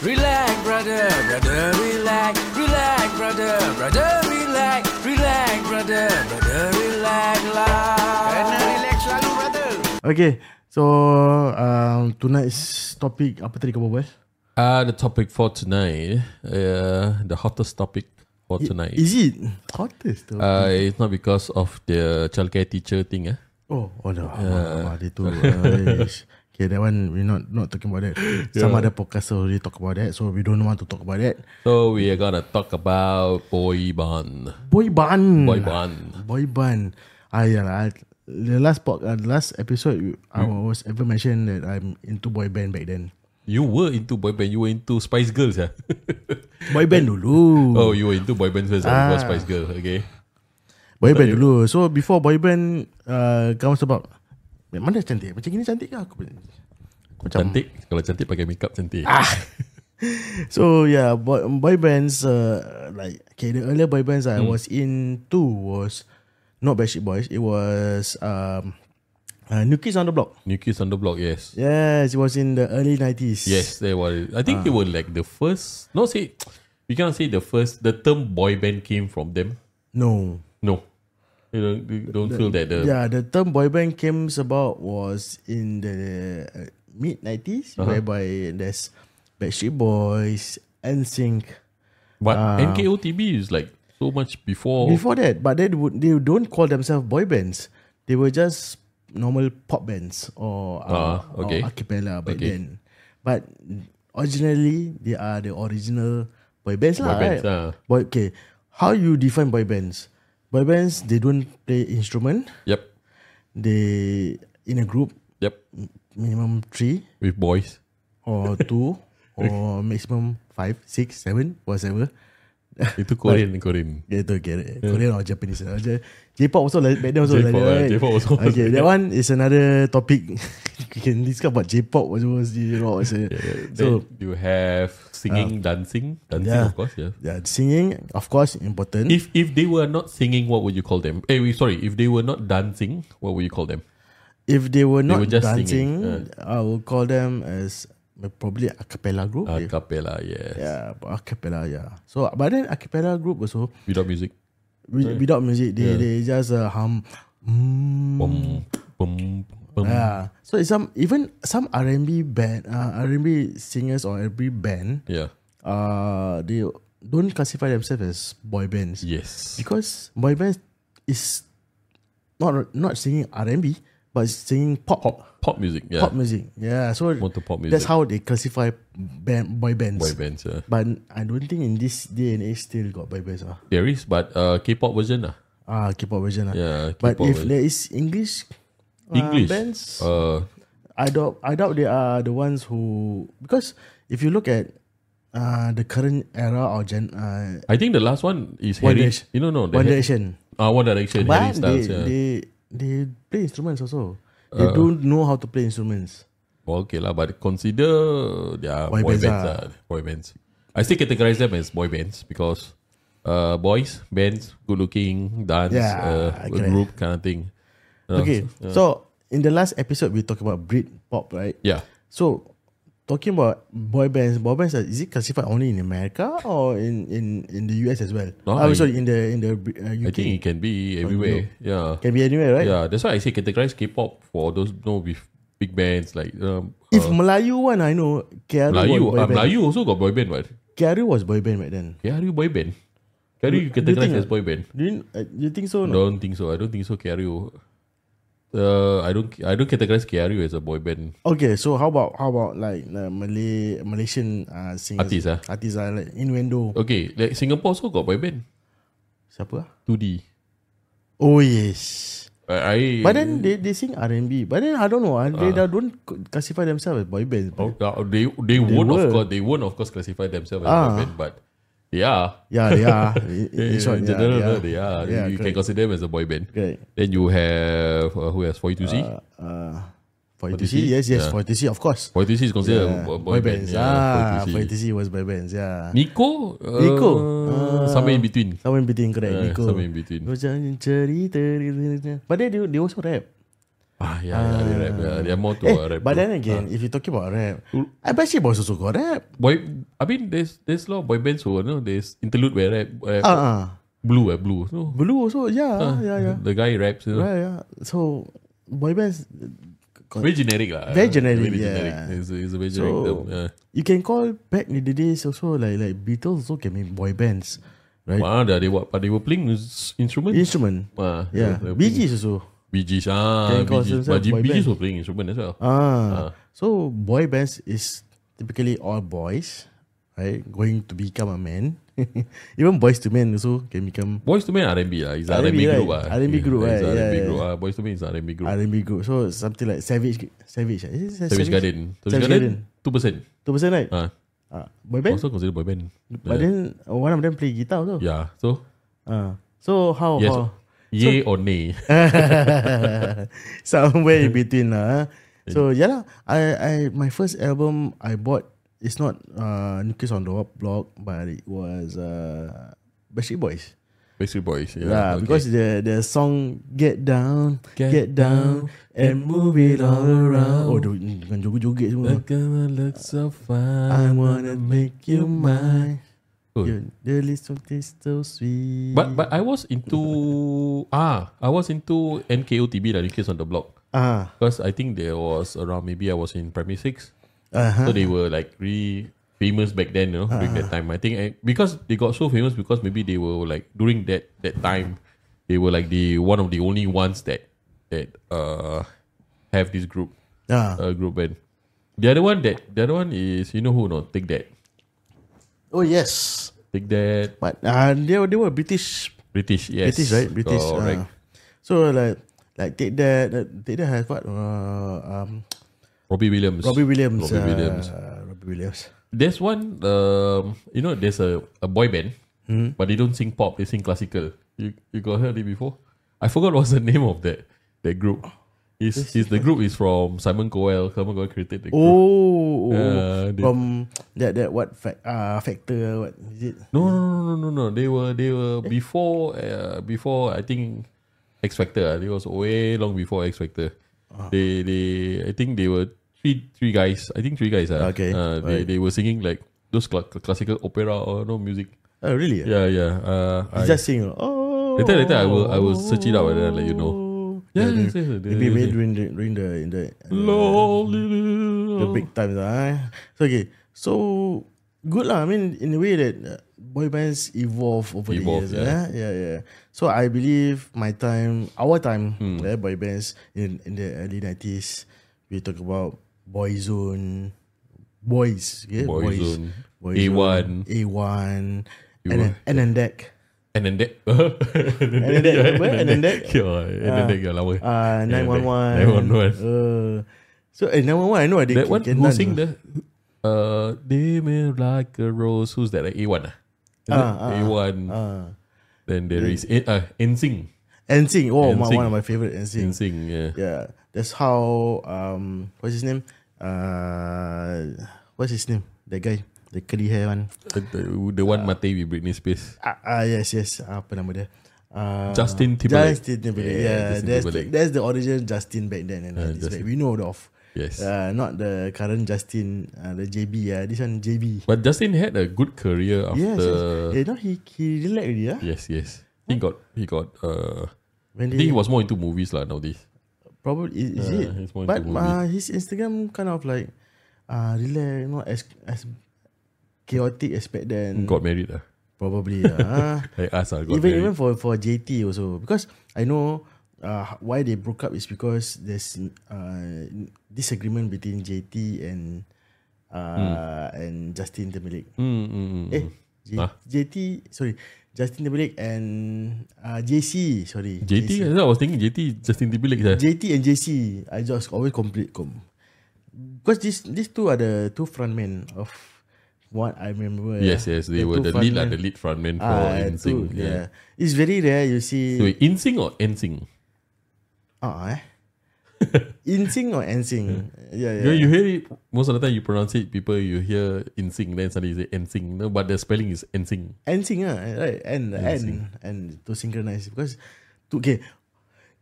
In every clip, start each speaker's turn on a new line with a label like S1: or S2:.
S1: Relax, brother, brother, relax. Relax, brother, brother, relax. Relax, brother, brother, relax lah.
S2: Kena relax selalu brother
S3: Okay So um, Tonight's topic Apa tadi kau berbual
S4: Uh, the topic for tonight, uh, the hottest topic for tonight.
S3: Is it Hottest tu
S4: uh, it's not because of the childcare teacher thing. Eh?
S3: Oh Oh no uh, Dia tu uh, Okay that one We not not talking about that Some other podcast already talk about that So we don't want to talk about that
S4: So we are gonna talk about boy band.
S3: Boy band
S4: Boy band.
S3: Boy band. Ah, yeah, lah. I, the last pod, uh, the last episode, I was ever mentioned that I'm into boy band back then.
S4: You were into boy band. You were into Spice Girls, yeah.
S3: Boy band dulu.
S4: oh, you were into boy band first ah. before Spice Girl. Okay.
S3: Boy band dulu. So before boy band uh, comes about, "Eh, mana cantik? Macam gini cantik ke aku? Aku Macam
S4: Cantik. Kalau cantik pakai makeup cantik.
S3: So yeah, boy, boy bands uh, like okay, the earlier boy bands I
S4: Hmm.
S3: was into was not Backstreet Boys. It was um, uh, New Kids on the Block.
S4: New Kids on the Block. Yes.
S3: Yes, it was in the early nineties.
S4: Yes, they were. I think they were like the first. No, say we cannot say the first. The term boy band came from them.
S3: No.
S4: No, you don't, you don't feel that the
S3: Yeah, the term boy band came about was in the uh, mid 90s
S4: Uh-huh.
S3: whereby there's Backstreet Boys, NSYNC.
S4: but
S3: Ah.
S4: NKOTB is like so much before.
S3: Before that, but they would they don't call themselves boy bands. They were just normal pop bands or uh,
S4: Ah, okay.
S3: or a cappella back
S4: Okay.
S3: then. But originally they are the original boy bands lah.
S4: Boy bands,
S3: right?
S4: ah.
S3: Boy, okay. How you define boy bands? Boy bands they don't play instrument.
S4: Yep,
S3: They in a group
S4: yep,
S3: minimum three
S4: with boys.
S3: or two or maximum five, six, seven, whatever.
S4: Itu Korean, Korean.
S3: Get it, get it. Korean or Japanese. uh, J- J-pop also like back then also like
S4: J-pop,
S3: that,
S4: uh,
S3: right?
S4: J-pop also was
S3: Okay,
S4: like
S3: that one is another topic. we can discuss about J-pop was was you know, was, uh,
S4: So
S3: so Ah.
S4: you have singing, dancing, dancing
S3: yeah.
S4: of course. Yeah.
S3: yeah, singing of course important.
S4: If if they were not singing, what would you call them? Eh, we- sorry. If they were not dancing, what would you call them?
S3: If they were not
S4: were just
S3: dancing,
S4: singing,
S3: I would call them as uh, probably a cappella group.
S4: A
S3: If-
S4: cappella. Ah, Yes.
S3: yeah, but a cappella, yeah. So but then a cappella group also
S4: Without music.
S3: wi- without music, they, they just uh, hum. Mm,
S4: Boom, boom, boom.
S3: Yeah. Uh, So it's some even some R&B band, uh, R&B singers or R&B band,
S4: Yeah.
S3: uh, they don't classify themselves as boy bands
S4: Yes.
S3: because boy bands is not not singing R&B but it's singing pop pop,
S4: Pop music. Yeah.
S3: music. Yeah. So
S4: More to pop
S3: that's
S4: music.
S3: how they classify band boy bands.
S4: Boy bands. Yeah.
S3: But I don't think in this day and age still got boy bands. Ah,
S4: There is, but uh, K-pop version lah.
S3: ah K-pop version. Ah.
S4: Yeah,
S3: But
S4: K-pop
S3: if
S4: version.
S3: there is English, uh,
S4: English.
S3: bands,
S4: Uh,
S3: I doubt I doubt they are the ones who because if you look at uh, the current era or gen uh,
S4: I think the last one is
S3: One
S4: Harry.
S3: Direction.
S4: You know, no, the
S3: One
S4: Har-
S3: Direction,
S4: Ah, One Direction. Harry
S3: but they,
S4: Styles. yeah. Uh.
S3: they they play instruments also. They don't know how to play instruments.
S4: Well, okay lah, but consider their
S3: Boy
S4: boy,
S3: bands
S4: bands.
S3: lah.
S4: lah, boy bands. I still categorize them as boy bands because uh, boys bands, good looking, dance,
S3: Yeah,
S4: uh,
S3: okay.
S4: group kind of thing. Uh, You know,
S3: Okay, so in the last episode we talked about Brit pop, right?
S4: Yeah.
S3: So talking about boy bands, boy bands are, is it classified only in America or in in in the US as well?
S4: No,
S3: oh,
S4: I-
S3: sorry, in the in the uh,
S4: I
S3: UK
S4: think it can be everywhere. Yeah.
S3: can be anywhere, right?
S4: Yeah. That's why I say categorize K-pop for those no with big bands like um,
S3: If Melayu one, I know KRU was
S4: Melayu.
S3: boy
S4: Uh,
S3: band.
S4: Melayu also got boy band, right?
S3: KRU was boy band back then.
S4: KRU boy band.
S3: Do
S4: KRU you
S3: you
S4: categorize
S3: think-
S4: as boy band.
S3: Do you, uh, you think so? No.
S4: Don't think so. I don't think so. KRU. Uh, I don't. I don't categorize KRU as a boy band.
S3: Okay, so how about how about like uh, Malay Malaysian uh, singers?
S4: Artis, ah?
S3: Artis ah, like Innuendo.
S4: Okay, like Singapore also got boy band.
S3: Siapa? ah?
S4: 2D.
S3: Oh yes.
S4: I, I
S3: But then they they sing R&B. But then I don't know. ah, They don't classify themselves as boy bands.
S4: Oh, uh, they they, won't
S3: were.
S4: of course they won't of course classify themselves as
S3: Ah.
S4: boy band, but they are.
S3: Yeah, they are. In, in
S4: In,
S3: short, yeah,
S4: general,
S3: they are.
S4: they are.
S3: Yeah,
S4: you
S3: correct.
S4: can consider them as a boy band.
S3: Correct.
S4: Then you have uh, who else? 42C. Uh,
S3: Uh, for
S4: you
S3: ETC,
S4: see?
S3: yes, yes,
S4: Yeah.
S3: for ETC, of course.
S4: 42C E is considered a bo- boy, band.
S3: bands.
S4: Yeah, E
S3: ah, for
S4: 42C.
S3: ETC was boy bands. Yeah.
S4: Nico. Uh,
S3: Nico.
S4: somewhere in between.
S3: Somewhere in between, correct?
S4: Yeah,
S3: Nico.
S4: somewhere in between.
S3: Macam cerita. But then they, they also rap.
S4: Ah, yeah, yeah, they Oh, rap. Uh. Yeah. They are more to
S3: Eh,
S4: a rap.
S3: but
S4: group.
S3: then again, if you talking about rap, I bet she boys also got rap.
S4: boy I mean, there's there's a lot of boy bands who you know there's interlude where rap, rap
S3: Ah, uh,
S4: blue, eh, blue. No,
S3: Blue also, yeah,
S4: Uh.
S3: yeah, yeah,
S4: The guy raps, you know.
S3: yeah, yeah. So boy bands,
S4: Very generic lah.
S3: Very generic,
S4: Very generic.
S3: yeah.
S4: It's, a, it's a very generic
S3: So-
S4: term. Yeah.
S3: you can call back in the days also like like Beatles also can be boy bands, right?
S4: Wah, dah, they were, but they were playing ins- instruments.
S3: Instrument,
S4: Wah,
S3: yeah.
S4: they were
S3: Bee
S4: playing-
S3: Gees also.
S4: Bee Gees. Ah,
S3: Can call
S4: Bee Gees.
S3: themselves
S4: But G-
S3: boy
S4: Bee Gees
S3: band.
S4: were playing instrument as well. Uh.
S3: Ah, so boy bands is typically all boys, right? Going to become a man. Even boys to men also can become
S4: Boys to Men R&B lah. It's
S3: R&B, right?
S4: R&B, group lah.
S3: R&B group,
S4: It's
S3: right?
S4: R&B
S3: Yeah, Ah,
S4: group lah. Boys to Men is R&B group.
S3: R&B group. So something like Savage, Savage. eh? Is it
S4: Savage Garden. Savage
S3: Savage
S4: Garden. Two percent.
S3: Two percent right?
S4: Ah,
S3: Ah, boy band.
S4: also considered boy band.
S3: But
S4: Yeah.
S3: then uh, one of them play guitar also.
S4: yeah. So
S3: Ah, so how?
S4: Yes.
S3: how?
S4: yay or nay?
S3: Somewhere in between lah. ah. So yeah lah. I I my first album I bought it's not uh Nucleus on the Rock block, but it was uh Backstreet Boys.
S4: Backstreet Boys. Yeah.
S3: Yeah,
S4: okay.
S3: because the the song Get Down,
S4: Get
S3: Get, down, and move it all around. Oh,
S4: around. Eh?
S3: do, dengan joget-joget semua.
S4: Look at my look
S3: I
S4: so fine.
S3: wanna make you mine.
S4: Good.
S3: You, the list of taste so sweet.
S4: But but I was into ah I was into NKOTB lah, Kids on the Block.
S3: ah,
S4: Because I think there was around maybe I was in primary six,
S3: uh-huh.
S4: so they were like really famous back then. You know, during that time, I think I, because they got so famous because maybe they were like during that that time, they were like the one of the only ones that that uh have this group
S3: ah.
S4: uh, group band. The other one that the other one is you know who no take that
S3: Oh yes.
S4: take that
S3: But uh, they were they were British
S4: British yes
S3: British right British
S4: correct.
S3: uh, so like like take that uh, take that has what uh, um
S4: Robbie Williams
S3: Robbie Williams
S4: Robbie Williams
S3: uh, Robbie Williams
S4: There's one, um, you know, there's a, a boy band,
S3: Hmm.
S4: but they don't sing pop, they sing classical. You you got heard it before? I forgot what's the name of that that group. Is is the group is from Simon Cowell. Simon Cowell created the group.
S3: oh oh
S4: Uh, they-
S3: from that that what fac- uh, factor what is it
S4: No no no no no no. They were they were before uh, before I think X Factor. It was way long before X Factor.
S3: Ah.
S4: They they I think they were three three guys. I think three guys. ah.
S3: Okay,
S4: Uh,
S3: right.
S4: they they were singing like those cla- classical opera or no music.
S3: oh really
S4: Yeah yeah. Uh, I-
S3: It's just sing oh
S4: Later, later, I will- I will search it out and then I'll let you know. Yeah,
S3: yeah,
S4: yes, yes, yes,
S3: maybe
S4: yes,
S3: maybe
S4: yes.
S3: during the during the in the, the
S4: Lonely.
S3: big times ah. eh. So okay, so good lah. I mean, in a way that uh, boy bands evolve over the
S4: Evolve,
S3: years.
S4: yeah.
S3: Yeah. yeah, yeah. So I believe my time, our time,
S4: Hmm.
S3: eh, boy bands in in the early nineties, we talk about Boyzone, boys, yeah,
S4: Boyzone,
S3: boys,
S4: A1.
S3: A one, and
S4: were-
S3: then and then deck.
S4: And then that And
S3: And then that, remember? And then that. Ah.
S4: Yeah And then that yeah, lama
S3: Uh,
S4: Yeah,
S3: 911.
S4: 911.
S3: Uh, so, eh, 911, I know ada
S4: That one
S3: Ken
S4: Who
S3: Tan
S4: sing
S3: tu.
S4: the uh, They may like a rose Who's that like A1 ah? Is
S3: Ah,
S4: it? A1
S3: Ah.
S4: Then there is eh, uh, NSYNC
S3: NSYNC. Oh, my,
S4: NSYNC.
S3: one of my favorite NSYNC.
S4: NSYNC yeah.
S3: Yeah, that's how um what's his name? Uh, what's his name? That guy, the curly hair one.
S4: The, the- the one mate with Britney Spears
S3: Ah, ah yes yes. Ah, apa nama dia? Uh,
S4: Justin Timberlake.
S3: Justin Timberlake.
S4: Yeah,
S3: Yeah,
S4: Justin
S3: that's
S4: Timberlake.
S3: The, that's the original Justin back then and
S4: Ah,
S3: uh,
S4: Justin.
S3: we know of.
S4: Yes
S3: Uh, not the current Justin, uh, the JB. Uh, this one JB.
S4: But Justin had a good career
S3: Yes, yes.
S4: After
S3: Yeah, no, he he relax already. Ah,
S4: Yes yes He got He got uh,
S3: when
S4: I think he was more into movies lah nowadays
S3: Probably is, is it?
S4: Yeah, he's more
S3: But
S4: into
S3: uh, his Instagram kind of like uh really not as as chaotic as back then.
S4: Got married lah
S3: Probably. Uh,
S4: Like us lah got
S3: Mm. even
S4: married.
S3: even for for JT also because I know uh why they broke up is because there's uh disagreement between JT and
S4: Hmm.
S3: uh and Justin Timberlake.
S4: Mm, mm, mm,
S3: Eh,
S4: mm.
S3: J-
S4: Ah.
S3: JT sorry Justin Timberlake and uh JC sorry
S4: JT, I was thinking JT Justin Timberlake lah.
S3: JT and JC, I just always complete com. Because these these two are the two frontmen of what I remember.
S4: yes, yes, they
S3: The
S4: were
S3: two
S4: the lead lah,
S3: frontmen.
S4: the lead frontman for
S3: Ah, two,
S4: NSYNC.
S3: yeah.
S4: Yeah.
S3: It's very rare you
S4: So
S3: see
S4: wait, NSYNC or NSYNC?
S3: ah eh. Insing or ensing. Yeah, yeah.
S4: You, you hear it most of the time. You pronounce it, people you hear NSYNC, then suddenly you say NSYNC. No, but the spelling is NSYNC.
S3: Ensing ah, right? And and and to synchronize because to, okay,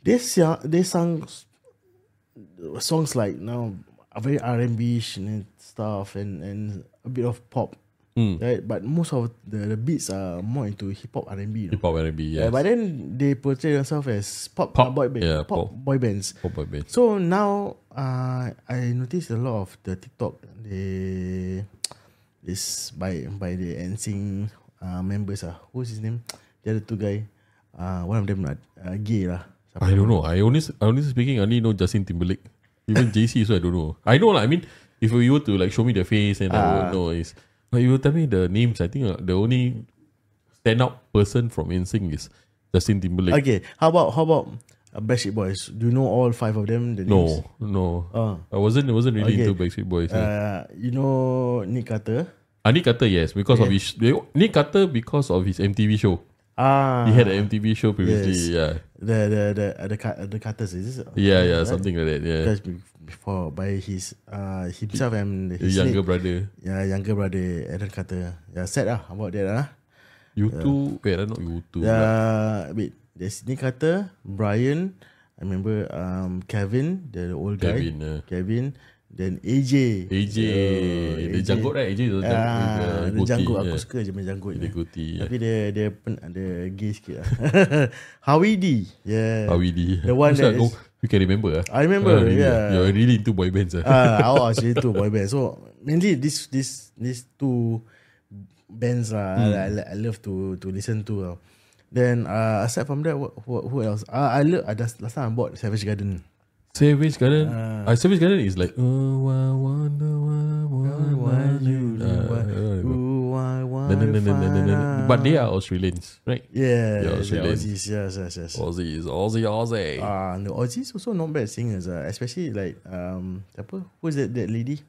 S3: they sang they sang s- songs like now are very R and B and stuff and and a bit of pop.
S4: Hmm.
S3: right? But most of the, the beats are more into hip hop R and B.
S4: Hip hop R&B, yes.
S3: But then they portray themselves as pop,
S4: Pop,
S3: uh, boy band,
S4: yeah,
S3: pop,
S4: pop.
S3: boy bands.
S4: Pop boy band.
S3: So now, uh, I noticed a lot of the TikTok they is by by the NSYNC uh, members ah. Who's his name? The other two guy. Uh, one of them not uh, gay lah.
S4: I don't know. I only I only speaking I only know Justin Timberlake. Even JC so I don't know. I know lah. I mean, if you were to like show me the face and
S3: Ah.
S4: I would know is. But you tell me the names. I think uh, the only stand out person from NSYNC is Justin Timberlake.
S3: Okay, how about how about uh, Backstreet Boys? Do you know all five of them? The names?
S4: no, no. I wasn't. I wasn't really
S3: Ah. Okay.
S4: into Backstreet Boys. Uh,
S3: Uh, you know Nick Carter.
S4: Nick Carter, yes, because of his Nick Carter because of his MTV show.
S3: Ah,
S4: He had an MTV show previously.
S3: Yes.
S4: Yeah,
S3: the the the uh, the, Car- the Carters is it?
S4: yeah, yeah, something like that. Yeah,
S3: Because be- before by his uh himself and
S4: his
S3: his
S4: younger
S3: younger
S4: brother.
S3: yeah younger brother Aaron Carter. Yeah, sad lah about that lah.
S4: You two, wait, not you two. lah.
S3: Yeah, wait. There's Nick Carter, Brian. I remember um Kevin, the old guy.
S4: Kevin, eh. yeah.
S3: Kevin. Then AJ.
S4: AJ,
S3: Oh,
S4: the janggut right? AJ is the
S3: Ah,
S4: janggut.
S3: dia janggut
S4: yeah.
S3: aku suka je main janggut
S4: Dia eh.
S3: ni.
S4: guti.
S3: Tapi dia dia pen, dia gay sikit lah. Howie D. Yeah.
S4: Awi di.
S3: The one that is-
S4: you can remember ah.
S3: I remember,
S4: Ah, really,
S3: yeah.
S4: ah. You're really into boy bands ah.
S3: Ah, awak macam tu boy band. So mainly this this these two bands lah.
S4: Hmm.
S3: Mm. I, I, I love to to listen to. Lah. Then uh, aside from that, what, what who else? Ah, I love. I just, last time I bought Savage Garden.
S4: Savage Garden.
S3: Ah.
S4: Uh, Savage Garden is like oh I wonder why why Ah, you.
S3: Ooh, I want
S4: But they are Australians, right?
S3: Yeah,
S4: Yeah, Oh.
S3: yeah, the
S4: Australian.
S3: Aussies, yes, yes, yes.
S4: Aussies, Aussie, Aussie.
S3: Ah, uh, the Aussies also not bad singers, uh, especially like um, apa? Who's that that lady?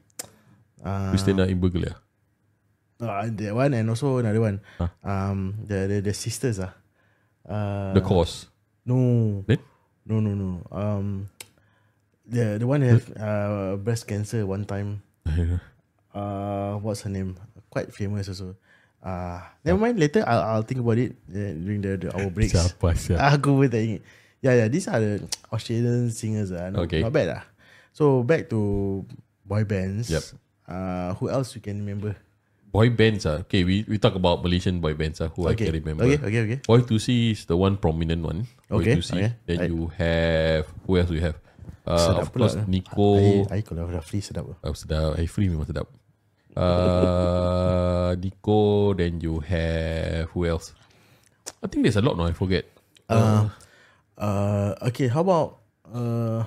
S3: Uh,
S4: Christina Imberglia.
S3: uh, that one and also another one.
S4: Huh?
S3: Um, the the, the sisters ah. Uh,
S4: The Cause.
S3: No.
S4: Then?
S3: No, no, no. Um, the the one that have uh breast cancer one time. Uh, what's her name? Quite famous also. Uh, never mind. Later, I'll, I'll think about it uh, during the, the our breaks.
S4: Siapa siapa?
S3: Ah, go with the Yeah, yeah. These are the Australian singers. Uh, not,
S4: Okay.
S3: not bad. Uh. So back to boy bands.
S4: Yep.
S3: Uh, who else you can remember?
S4: Boy bands ah. Okay, we we talk about Malaysian boy bands ah. Who I
S3: Okay.
S4: can remember.
S3: Okay, okay, okay.
S4: Boy to see is the one prominent one. Boy
S3: Okay,
S4: to see.
S3: okay.
S4: Then
S3: I-
S4: you have who else we have? Uh,
S3: Sedap
S4: of
S3: pula.
S4: course, Nico.
S3: Air, air kalau Rafli sedap. ah.
S4: Uh, sedap. I free memang sedap. Uh, Nico. Then you have who else? I think there's a lot. No, I forget.
S3: Uh, uh, okay. How about uh?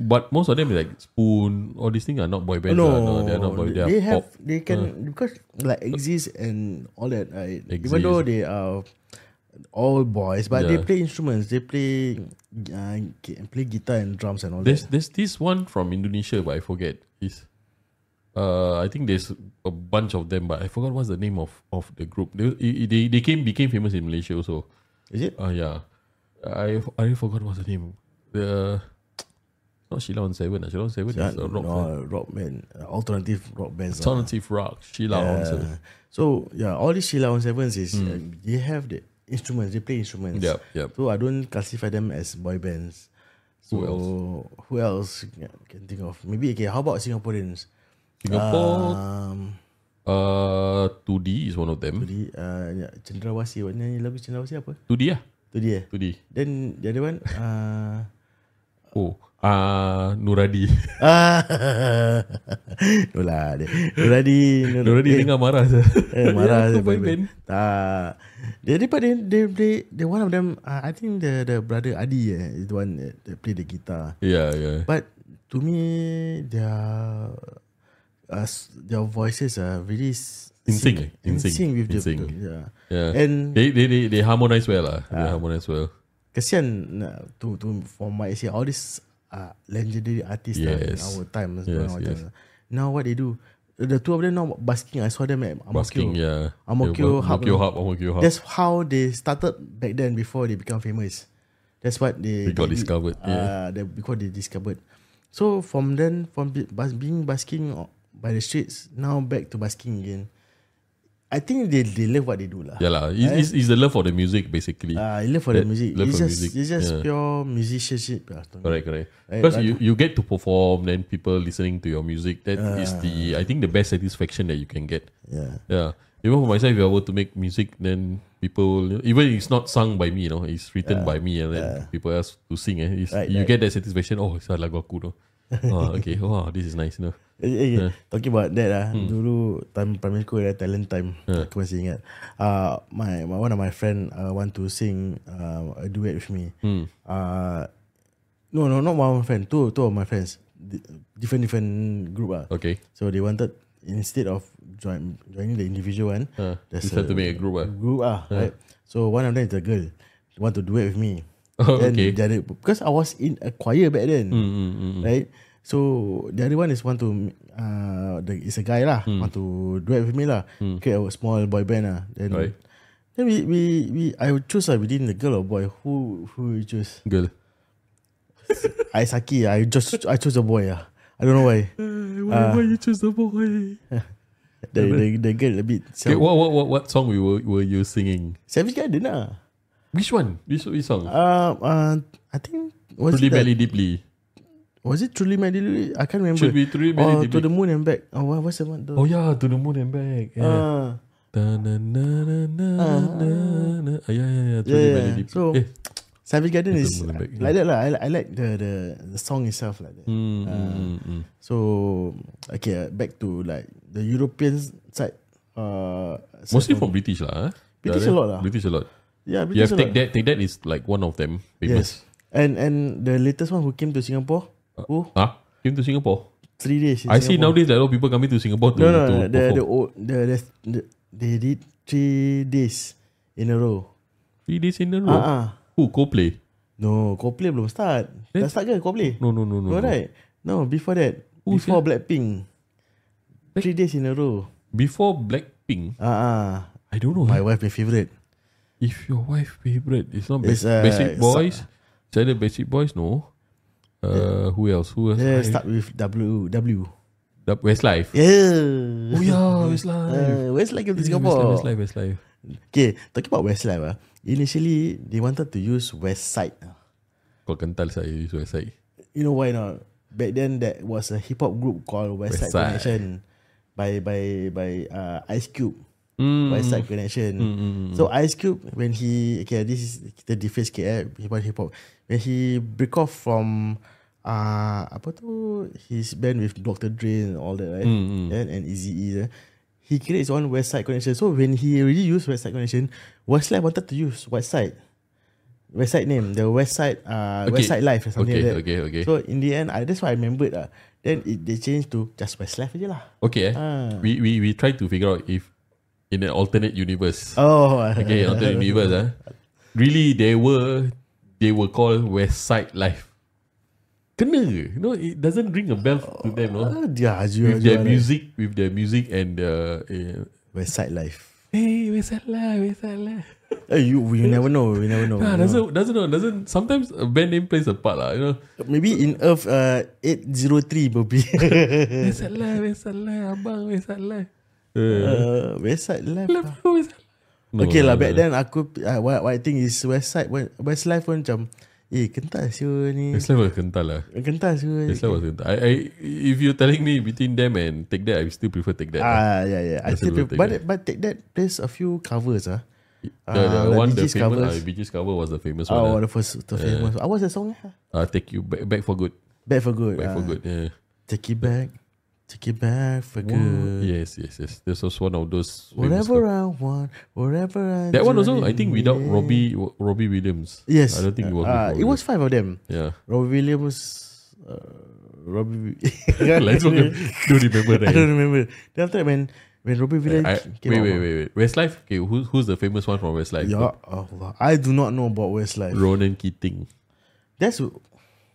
S4: But most of them is like Spoon. All these things are not boy bands.
S3: no,
S4: ah. no, they're not boy. They,
S3: they
S4: are
S3: have
S4: pop. Uh.
S3: they can because like exist and all that. Right?
S4: Exist.
S3: Even though they are all boys, but they
S4: Yeah.
S3: play instruments. They play uh, gi- play guitar and drums and all that.
S4: There's there's this one from Indonesia, but I forget. Is uh I think there's a bunch of them, but I forgot what's the name of of the group. They i- i- they, they came became famous in Malaysia also.
S3: Is it?
S4: Uh yeah, I I forgot what's the name. The not Sheila on Seven. ah. Sheila on Seven
S3: Uh,
S4: is a rock
S3: no,
S4: band.
S3: rock band, uh, alternative rock bands. lah.
S4: alternative rock. Sheila on Seven.
S3: Yeah. So yeah, all these Sheila on Sevens is uh, they have the instruments. They play instruments.
S4: Hmm. Yup, yup.
S3: So I don't classify them as boy bands.
S4: Who else?
S3: So, Who else yeah, can think of? Maybe okay. How about Singaporeans?
S4: Singapore.
S3: Um,
S4: Uh, 2D is one of them.
S3: Jadi uh, ya, Cendrawasih What nyanyi lagu Cendrawasih apa?
S4: 2D ah,
S3: Tu dia
S4: 2D.
S3: Then the other one uh,
S4: Oh, ah Nuradi.
S3: ah, No lah dia. Nuradi Nur-
S4: Nuradi
S3: eh,
S4: dengar marah. sah.
S3: eh, Marah
S4: Ya,
S3: dia
S4: tu
S3: boy
S4: boy band.
S3: band. Tak Dia dia they, they, they, they One of them uh, I think the the brother Adi eh, Is the one that, that play the guitar
S4: Yeah, yeah.
S3: But to me Their uh, s- Their voices are really s-
S4: In sync, eh?
S3: In
S4: In sync,
S3: sync with
S4: in
S3: the
S4: sync.
S3: yeah.
S4: Yeah.
S3: And Ah.
S4: they they they, they harmonize well lah. They harmonize well.
S3: kesian uh, to to for my see all these uh, legendary artists lah in
S4: Yes.
S3: our time
S4: Yes,
S3: now, macam-
S4: yes.
S3: now what they do the two of them now basking I saw them at Amokyo
S4: Basking, yeah.
S3: Amokyo Hub uh,
S4: yeah,
S3: ah.
S4: Amokyo Hub, Amokyo Hub.
S3: that's how they started back then before they become famous that's what they
S4: They got
S3: did,
S4: discovered,
S3: uh, they, because they discovered so from then from be- bas- being basking o- by the streets now back to basking again I think they, they love what they do lah.
S4: Yeah, lah. It's,
S3: eh?
S4: it's, it's the love for the music, basically.
S3: Uh, love for the
S4: That-
S3: music.
S4: love
S3: It's
S4: for
S3: just
S4: music,
S3: it's just
S4: yeah.
S3: pure musicianship. lah to me.
S4: correct, correct.
S3: Right,
S4: Because
S3: right.
S4: you, you get to perform, then people listening to your music. That
S3: Ah.
S4: is the, I think, the best satisfaction that you can get.
S3: Yeah.
S4: Yeah. Even for myself, if I were to make music, then people, will- even if it's not sung by me, you know, it's written by me, and then people else to sing. Eh, it's-
S3: Ah. Right,
S4: you
S3: right.
S4: get that satisfaction. Oh, it's lagu aku, no. oh, okay. Wow, this is nice, you know.
S3: Eh, eh, Talking about that ah,
S4: Hmm.
S3: dulu time primary school ada talent time.
S4: Eh.
S3: Aku masih ingat. Uh, my, my one of my friend uh, want to sing uh, a duet with me.
S4: Hmm.
S3: Uh, no no not one of my friend. Two two of my friends. Di- Different different group ah.
S4: Okay.
S3: So they wanted instead of join, joining the individual one,
S4: Uh, you have to make a group. ah.
S3: group ah, right? So one of them is a girl, want to do it with me.
S4: Oh,
S3: then
S4: okay. Mm,
S3: the other, because I was in a choir back then, right? So the other one is want to, uh, the, it's a guy lah,
S4: Mm.
S3: want to do it with me lah. Okay, a small boy band lah. Then,
S4: Right.
S3: then we, we, we, I would choose lah within the girl or boy. Who who you choose?
S4: Girl.
S3: I Saki. I just I chose a boy ah. I don't know why.
S4: Why, why Eh, you choose the boy?
S3: The the, the girl a bit
S4: Okay,
S3: self,
S4: what, what, what, what song we were, were you singing?
S3: Savage Garden lah.
S4: Which one? Which, which song?
S3: Uh, uh, I think was
S4: Truly
S3: it that-
S4: Belly Deeply.
S3: Was it truly my delivery? I can't remember.
S4: Should be Truly
S3: Or
S4: Madly
S3: Oh, to
S4: Delivery.
S3: the moon and back. Oh, what, what's the one? The,
S4: Oh, yeah, To the Moon and Back. Yeah.
S3: Ah,
S4: Da, na, na, na, na, na, na. Ah, yeah, yeah, yeah. Truly
S3: yeah,
S4: Belly
S3: yeah.
S4: Deeply.
S3: So-
S4: eh,
S3: Savage Garden
S4: To the
S3: is
S4: Moon and Back,
S3: like that lah. I, li- I like the, the the song itself like that.
S4: mm, mm, mm, mm.
S3: So okay, uh, back to like the European side. Uh, side
S4: Mostly
S3: of-
S4: from British lah. eh?
S3: British
S4: Yeah,
S3: a lot lah.
S4: British a lot.
S3: yeah,
S4: You
S3: British
S4: have
S3: a
S4: Take
S3: lot.
S4: That. Take That is like one of them.
S3: Yes,
S4: Famous.
S3: and and the latest one who came to Singapore, who
S4: Ah, came to Singapore.
S3: three days. in
S4: I see
S3: Singapore.
S4: nowadays that a lot of people coming to Singapore to,
S3: No, no,
S4: to
S3: no the
S4: perform.
S3: the old the, the, the they did three days in a row.
S4: Three days in
S3: Ah,
S4: a row.
S3: uh-uh.
S4: Who? Coldplay?
S3: no, Coldplay belum start.
S4: Then-
S3: Dah start ke Coldplay?
S4: No, no, no, no.
S3: No,
S4: no.
S3: right? No, before that.
S4: Who
S3: before Blackpink.
S4: Black-
S3: Three days in a row.
S4: Before Blackpink,
S3: Ah, ah.
S4: I don't know.
S3: My
S4: eh.
S3: wife, my favorite.
S4: If your wife favorite, it's not
S3: It's,
S4: Basic,
S3: uh,
S4: basic
S3: it's-
S4: Boys. It's either Basic Boys, no. Uh, who else? Who else?
S3: Yeah,
S4: I-
S3: start with W. W.
S4: the Westlife.
S3: Yeah.
S4: Oh yeah, Westlife.
S3: Uh, Westlife came to
S4: Yeah,
S3: Singapore.
S4: Westlife, Westlife, Westlife.
S3: Okay, talking about Westlife, ah, initially they wanted to use West Side. ah.
S4: Kau kental saya use Westside.
S3: You know why not? Back then, that was a hip hop group called West Side
S4: West Side.
S3: Connection by by by uh, Ice Cube.
S4: Mm.
S3: West Side Connection. So Ice Cube when he okay this is kita deface KL hip hop hip hop eh, when he break off from uh, apa tu his band with Dr Dre and all that right
S4: Mm,
S3: and, and Easy E eh, he created his own West Side Connection. So when he already used West Side Connection, Westlife wanted to use West Side. West Side name, the West Side, uh,
S4: Okay.
S3: West Side Life or something
S4: Okay,
S3: like that.
S4: okay, okay.
S3: So in the end, I, that's what I remembered. Uh, then it, they changed to just Westlife aja lah.
S4: Okay, eh.
S3: uh.
S4: we we we try to figure out if in an alternate universe.
S3: Oh,
S4: Okay, alternate universe. Ah, really they were they were called West Side Life. Kena ke? No, it doesn't ring a bell to them. No,
S3: Ah, dia haju
S4: with their
S3: haju.
S4: music, with their music and the. Uh,
S3: West Side Life.
S4: Hey, West Side Life, West Side Life.
S3: Eh, you we never know, we never know. you
S4: Nah,
S3: know.
S4: doesn't doesn't know, doesn't. Sometimes a band name plays a part lah. You know,
S3: Maybe in Earth uh, 803 Bobby.
S4: West Side Life, West Side Life, abang West Side Life. Uh,
S3: uh, West Side Life.
S4: Love you, West Side Life. No,
S3: okay lah,
S4: no,
S3: back
S4: no.
S3: then aku uh, what, what I think is West Side when- West Life pun macam eh kental siul ni.
S4: West Life was kental lah.
S3: Kental siul.
S4: Tesla was good. I, I if you're telling me between them and take that, I still prefer take that.
S3: Ah yeah yeah. I
S4: That's
S3: still
S4: a
S3: prefer,
S4: good thing,
S3: but
S4: yeah.
S3: but take that plays a few covers ah.
S4: the the
S3: like
S4: one the
S3: BG's covers.
S4: famous uh, BG's cover was the famous
S3: Oh,
S4: one.
S3: the first the famous. Ah, what's the song? ah?
S4: Uh, uh, take you back, back for good.
S3: Back for good.
S4: Back
S3: ah.
S4: for good. Yeah.
S3: Take it back. Take it back for good.
S4: Yes, yes, yes. This was one of those. famous
S3: Whatever
S4: cover.
S3: I want, whatever I
S4: That
S3: do,
S4: one also, I think, without
S3: yeah.
S4: Robbie Robbie Williams.
S3: Yes.
S4: I don't think it was.
S3: Uh,
S4: with
S3: it
S4: Robbie.
S3: was five of them.
S4: Yeah.
S3: Robbie Williams, uh, Robbie.
S4: Let's look. at- Don't remember
S3: I
S4: that.
S3: don't remember. Then after that, when when Robbie Williams
S4: I,
S3: came
S4: wait,
S3: out,
S4: wait, wait, wait. Westlife. Okay, who's who's the famous one from Westlife?
S3: Ya Allah, oh, I do not know about Westlife.
S4: Ronan Keating.
S3: That's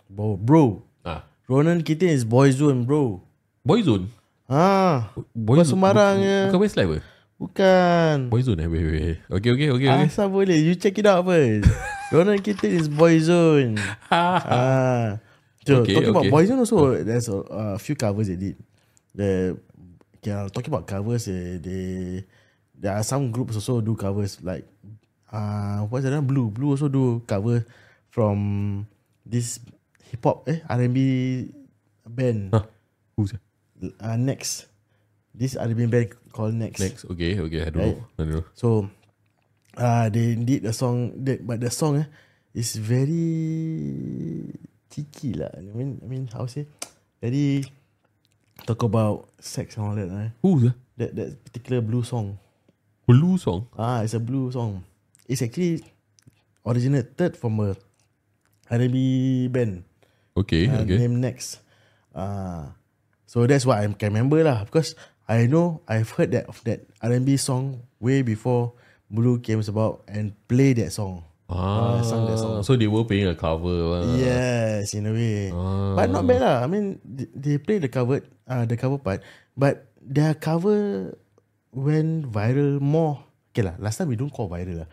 S3: bro, bro.
S4: Ah,
S3: Ronan Keating is Boyzone, bro.
S4: Boyzone.
S3: Ah, Kau sembarang je.
S4: Bukan Westlife ke?
S3: bukan.
S4: Boyzone eh? Wait, wait, wait. Okay, okay, okay. okay.
S3: Asal boleh? You check it out first. Ronan Keating is Boyzone. ah. So,
S4: Okay,
S3: talking about
S4: okay.
S3: Boyzone also, there's a, a few covers they did. The, okay, uh, talking about covers, eh, they, the there are some groups also do covers like uh what's that Blue Blue also do cover from this hip hop eh R&B band
S4: Huh. Who's that?
S3: uh, Next this R&B band called Next.
S4: Next. Okay, okay. I don't
S3: Right.
S4: know. I don't know.
S3: So uh they did a song that but the song eh, is very cheeky lah. I mean I mean how to say very talk about sex and all that right.
S4: Who's that?
S3: That that particular blue song.
S4: Blue song.
S3: Ah, it's a blue song. It's actually originated from a R&B band
S4: Okay,
S3: uh,
S4: okay.
S3: named Next. Uh, so that's what I can remember lah because I know I've heard that of that R&B song way before Blue came about and play that song.
S4: Ah,
S3: Uh, sung that song.
S4: so they were playing a cover. lah.
S3: Yes, in a way.
S4: Ah.
S3: But not bad lah. I mean, th- they play the cover, uh, the cover part, but their cover went viral more. Okay lah. Last time we don't call viral lah.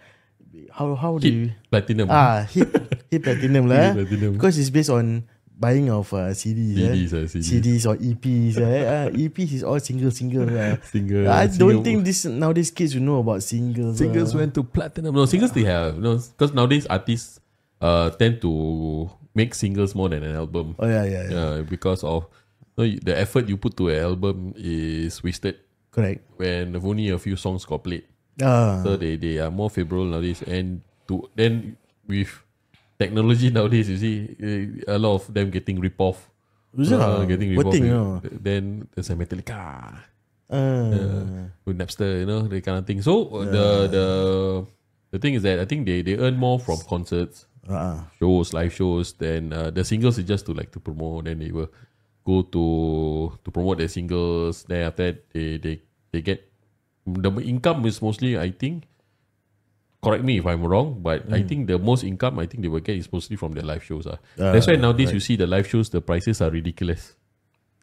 S3: How how do you?
S4: Hit platinum.
S3: Ah, hit hit platinum lah. eh.
S4: Hit platinum.
S3: Because it's based on buying of uh, CDs, eh.
S4: CDs, ah, CDs.
S3: CDs or EPs. eh. Ah, EPs is all single, single. lah.
S4: Single,
S3: I
S4: single.
S3: don't think this nowadays kids will know about singles.
S4: Singles
S3: ah.
S4: went to platinum. No, singles they have. No, because nowadays artists uh, tend to make singles more than an album.
S3: Oh yeah, yeah, yeah.
S4: Yeah, because of no, you- the effort you put to an album is wasted
S3: Correct.
S4: when only a few songs got played.
S3: Ah,
S4: So they, they are more favorable nowadays. And to then with technology nowadays, you see eh, a lot of them getting rip off.
S3: Yeah,
S4: uh, getting rip
S3: poor
S4: off.
S3: thing, you know.
S4: Then there's a Metallica
S3: ah.
S4: with Napster, you know, that kind of thing. So uh, the the the thing is that I think they, they earn more from concerts,
S3: Ah.
S4: shows, live shows. Then uh, the singles is just to like to promote. Then they will go to to promote their singles. Then after that, they they they get the income is mostly I think. Correct me if I'm wrong, but
S3: Mm.
S4: I think the most income I think they will get is mostly from their live shows. Ah, That's why nowadays you see the live shows, the prices are ridiculous.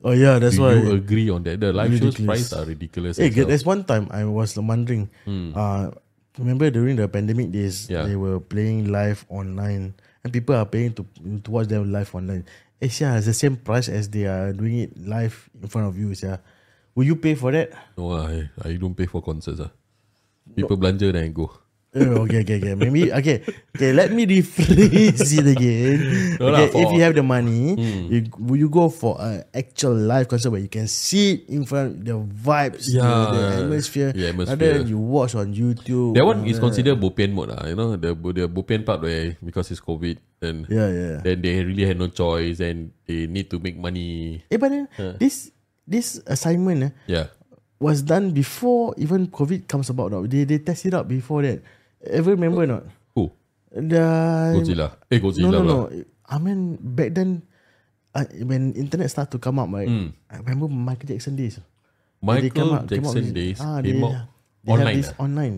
S3: Oh yeah, that's
S4: Do
S3: why.
S4: you agree on that? The live shows
S3: Ridiculous.
S4: price are ridiculous.
S3: Hey,
S4: as well.
S3: there's one time I was wondering. Uh, remember during the pandemic days,
S4: Hmm. Yeah.
S3: they were playing live online, and people are paying to to watch them live online. Hey, yeah, it's the same price as they are doing it live in front of you. Yeah, will you pay for that?
S4: No, I, I don't pay for concerts. Ah. People belanja then I go.
S3: Oh, okay, okay, okay. Maybe okay, okay. Let me rephrase it again.
S4: No
S3: okay, if
S4: lah, for- Hmm.
S3: you have the money, you will you go for an actual live concert where you can see it in front the vibes, the-
S4: Yeah,
S3: the, atmosphere,
S4: the atmosphere.
S3: rather than you watch on YouTube.
S4: That one
S3: and
S4: is
S3: all
S4: considered bopian mode. Ah. You know, the the bopian part where because it's COVID, then,
S3: Yeah, yeah. yeah.
S4: then they really had no choice and they need to make money.
S3: Eh, but then this this assignment eh,
S4: Yeah.
S3: was done before even COVID comes about. Now they they test it out before that. Ever remember or not?
S4: Who?
S3: The
S4: Godzilla.
S3: No,
S4: Eh, Godzilla
S3: no,
S4: pula.
S3: no. I mean, back then, uh, when internet started to come up, right? I remember Michael Jackson days. They
S4: Hmm. Michael
S3: come up- came up with-
S4: Jackson days
S3: ah, they-
S4: came
S3: They
S4: out
S3: have
S4: online.
S3: this
S4: ah.
S3: online.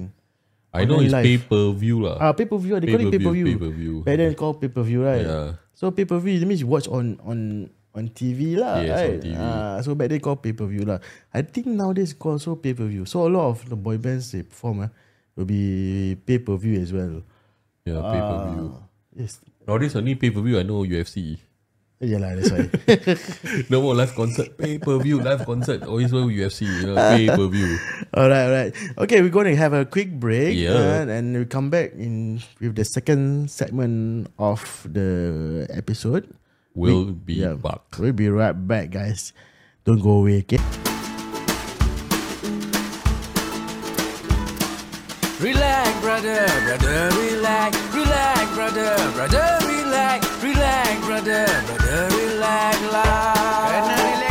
S4: I know
S3: online
S4: it's
S3: live.
S4: pay-per-view lah.
S3: Ah, pay per view. They call it pay per
S4: Pay-per-view,
S3: view.
S4: pay-per-view.
S3: Back then, called pay per view, right?
S4: Yeah.
S3: So pay per view, that means you watch on on on TV lah,
S4: Yes, on
S3: right?
S4: TV.
S3: Ah, so back then called pay per view lah. I think nowadays called also pay per view. So a lot of the boy bands they perform ah, will be pay per view as well.
S4: yeah, pay-per-view.
S3: Ah, yes.
S4: Nowadays only pay-per-view. I know UFC.
S3: Yeah lah, that's why.
S4: No more live concert. Pay-per-view, live concert. Always well UFC. You know, pay-per-view.
S3: All right, all right. Okay, we're going to have a quick break
S4: Yeah.
S3: uh, and we come back in with the second segment of the episode.
S4: Will be
S3: Yeah.
S4: back.
S3: We'll be right back, guys. Don't go away, okay?
S1: Relax, brother, brother, relax, relax, brother, brother, relax, relax, brother, brother, relax, la.
S2: Kena relax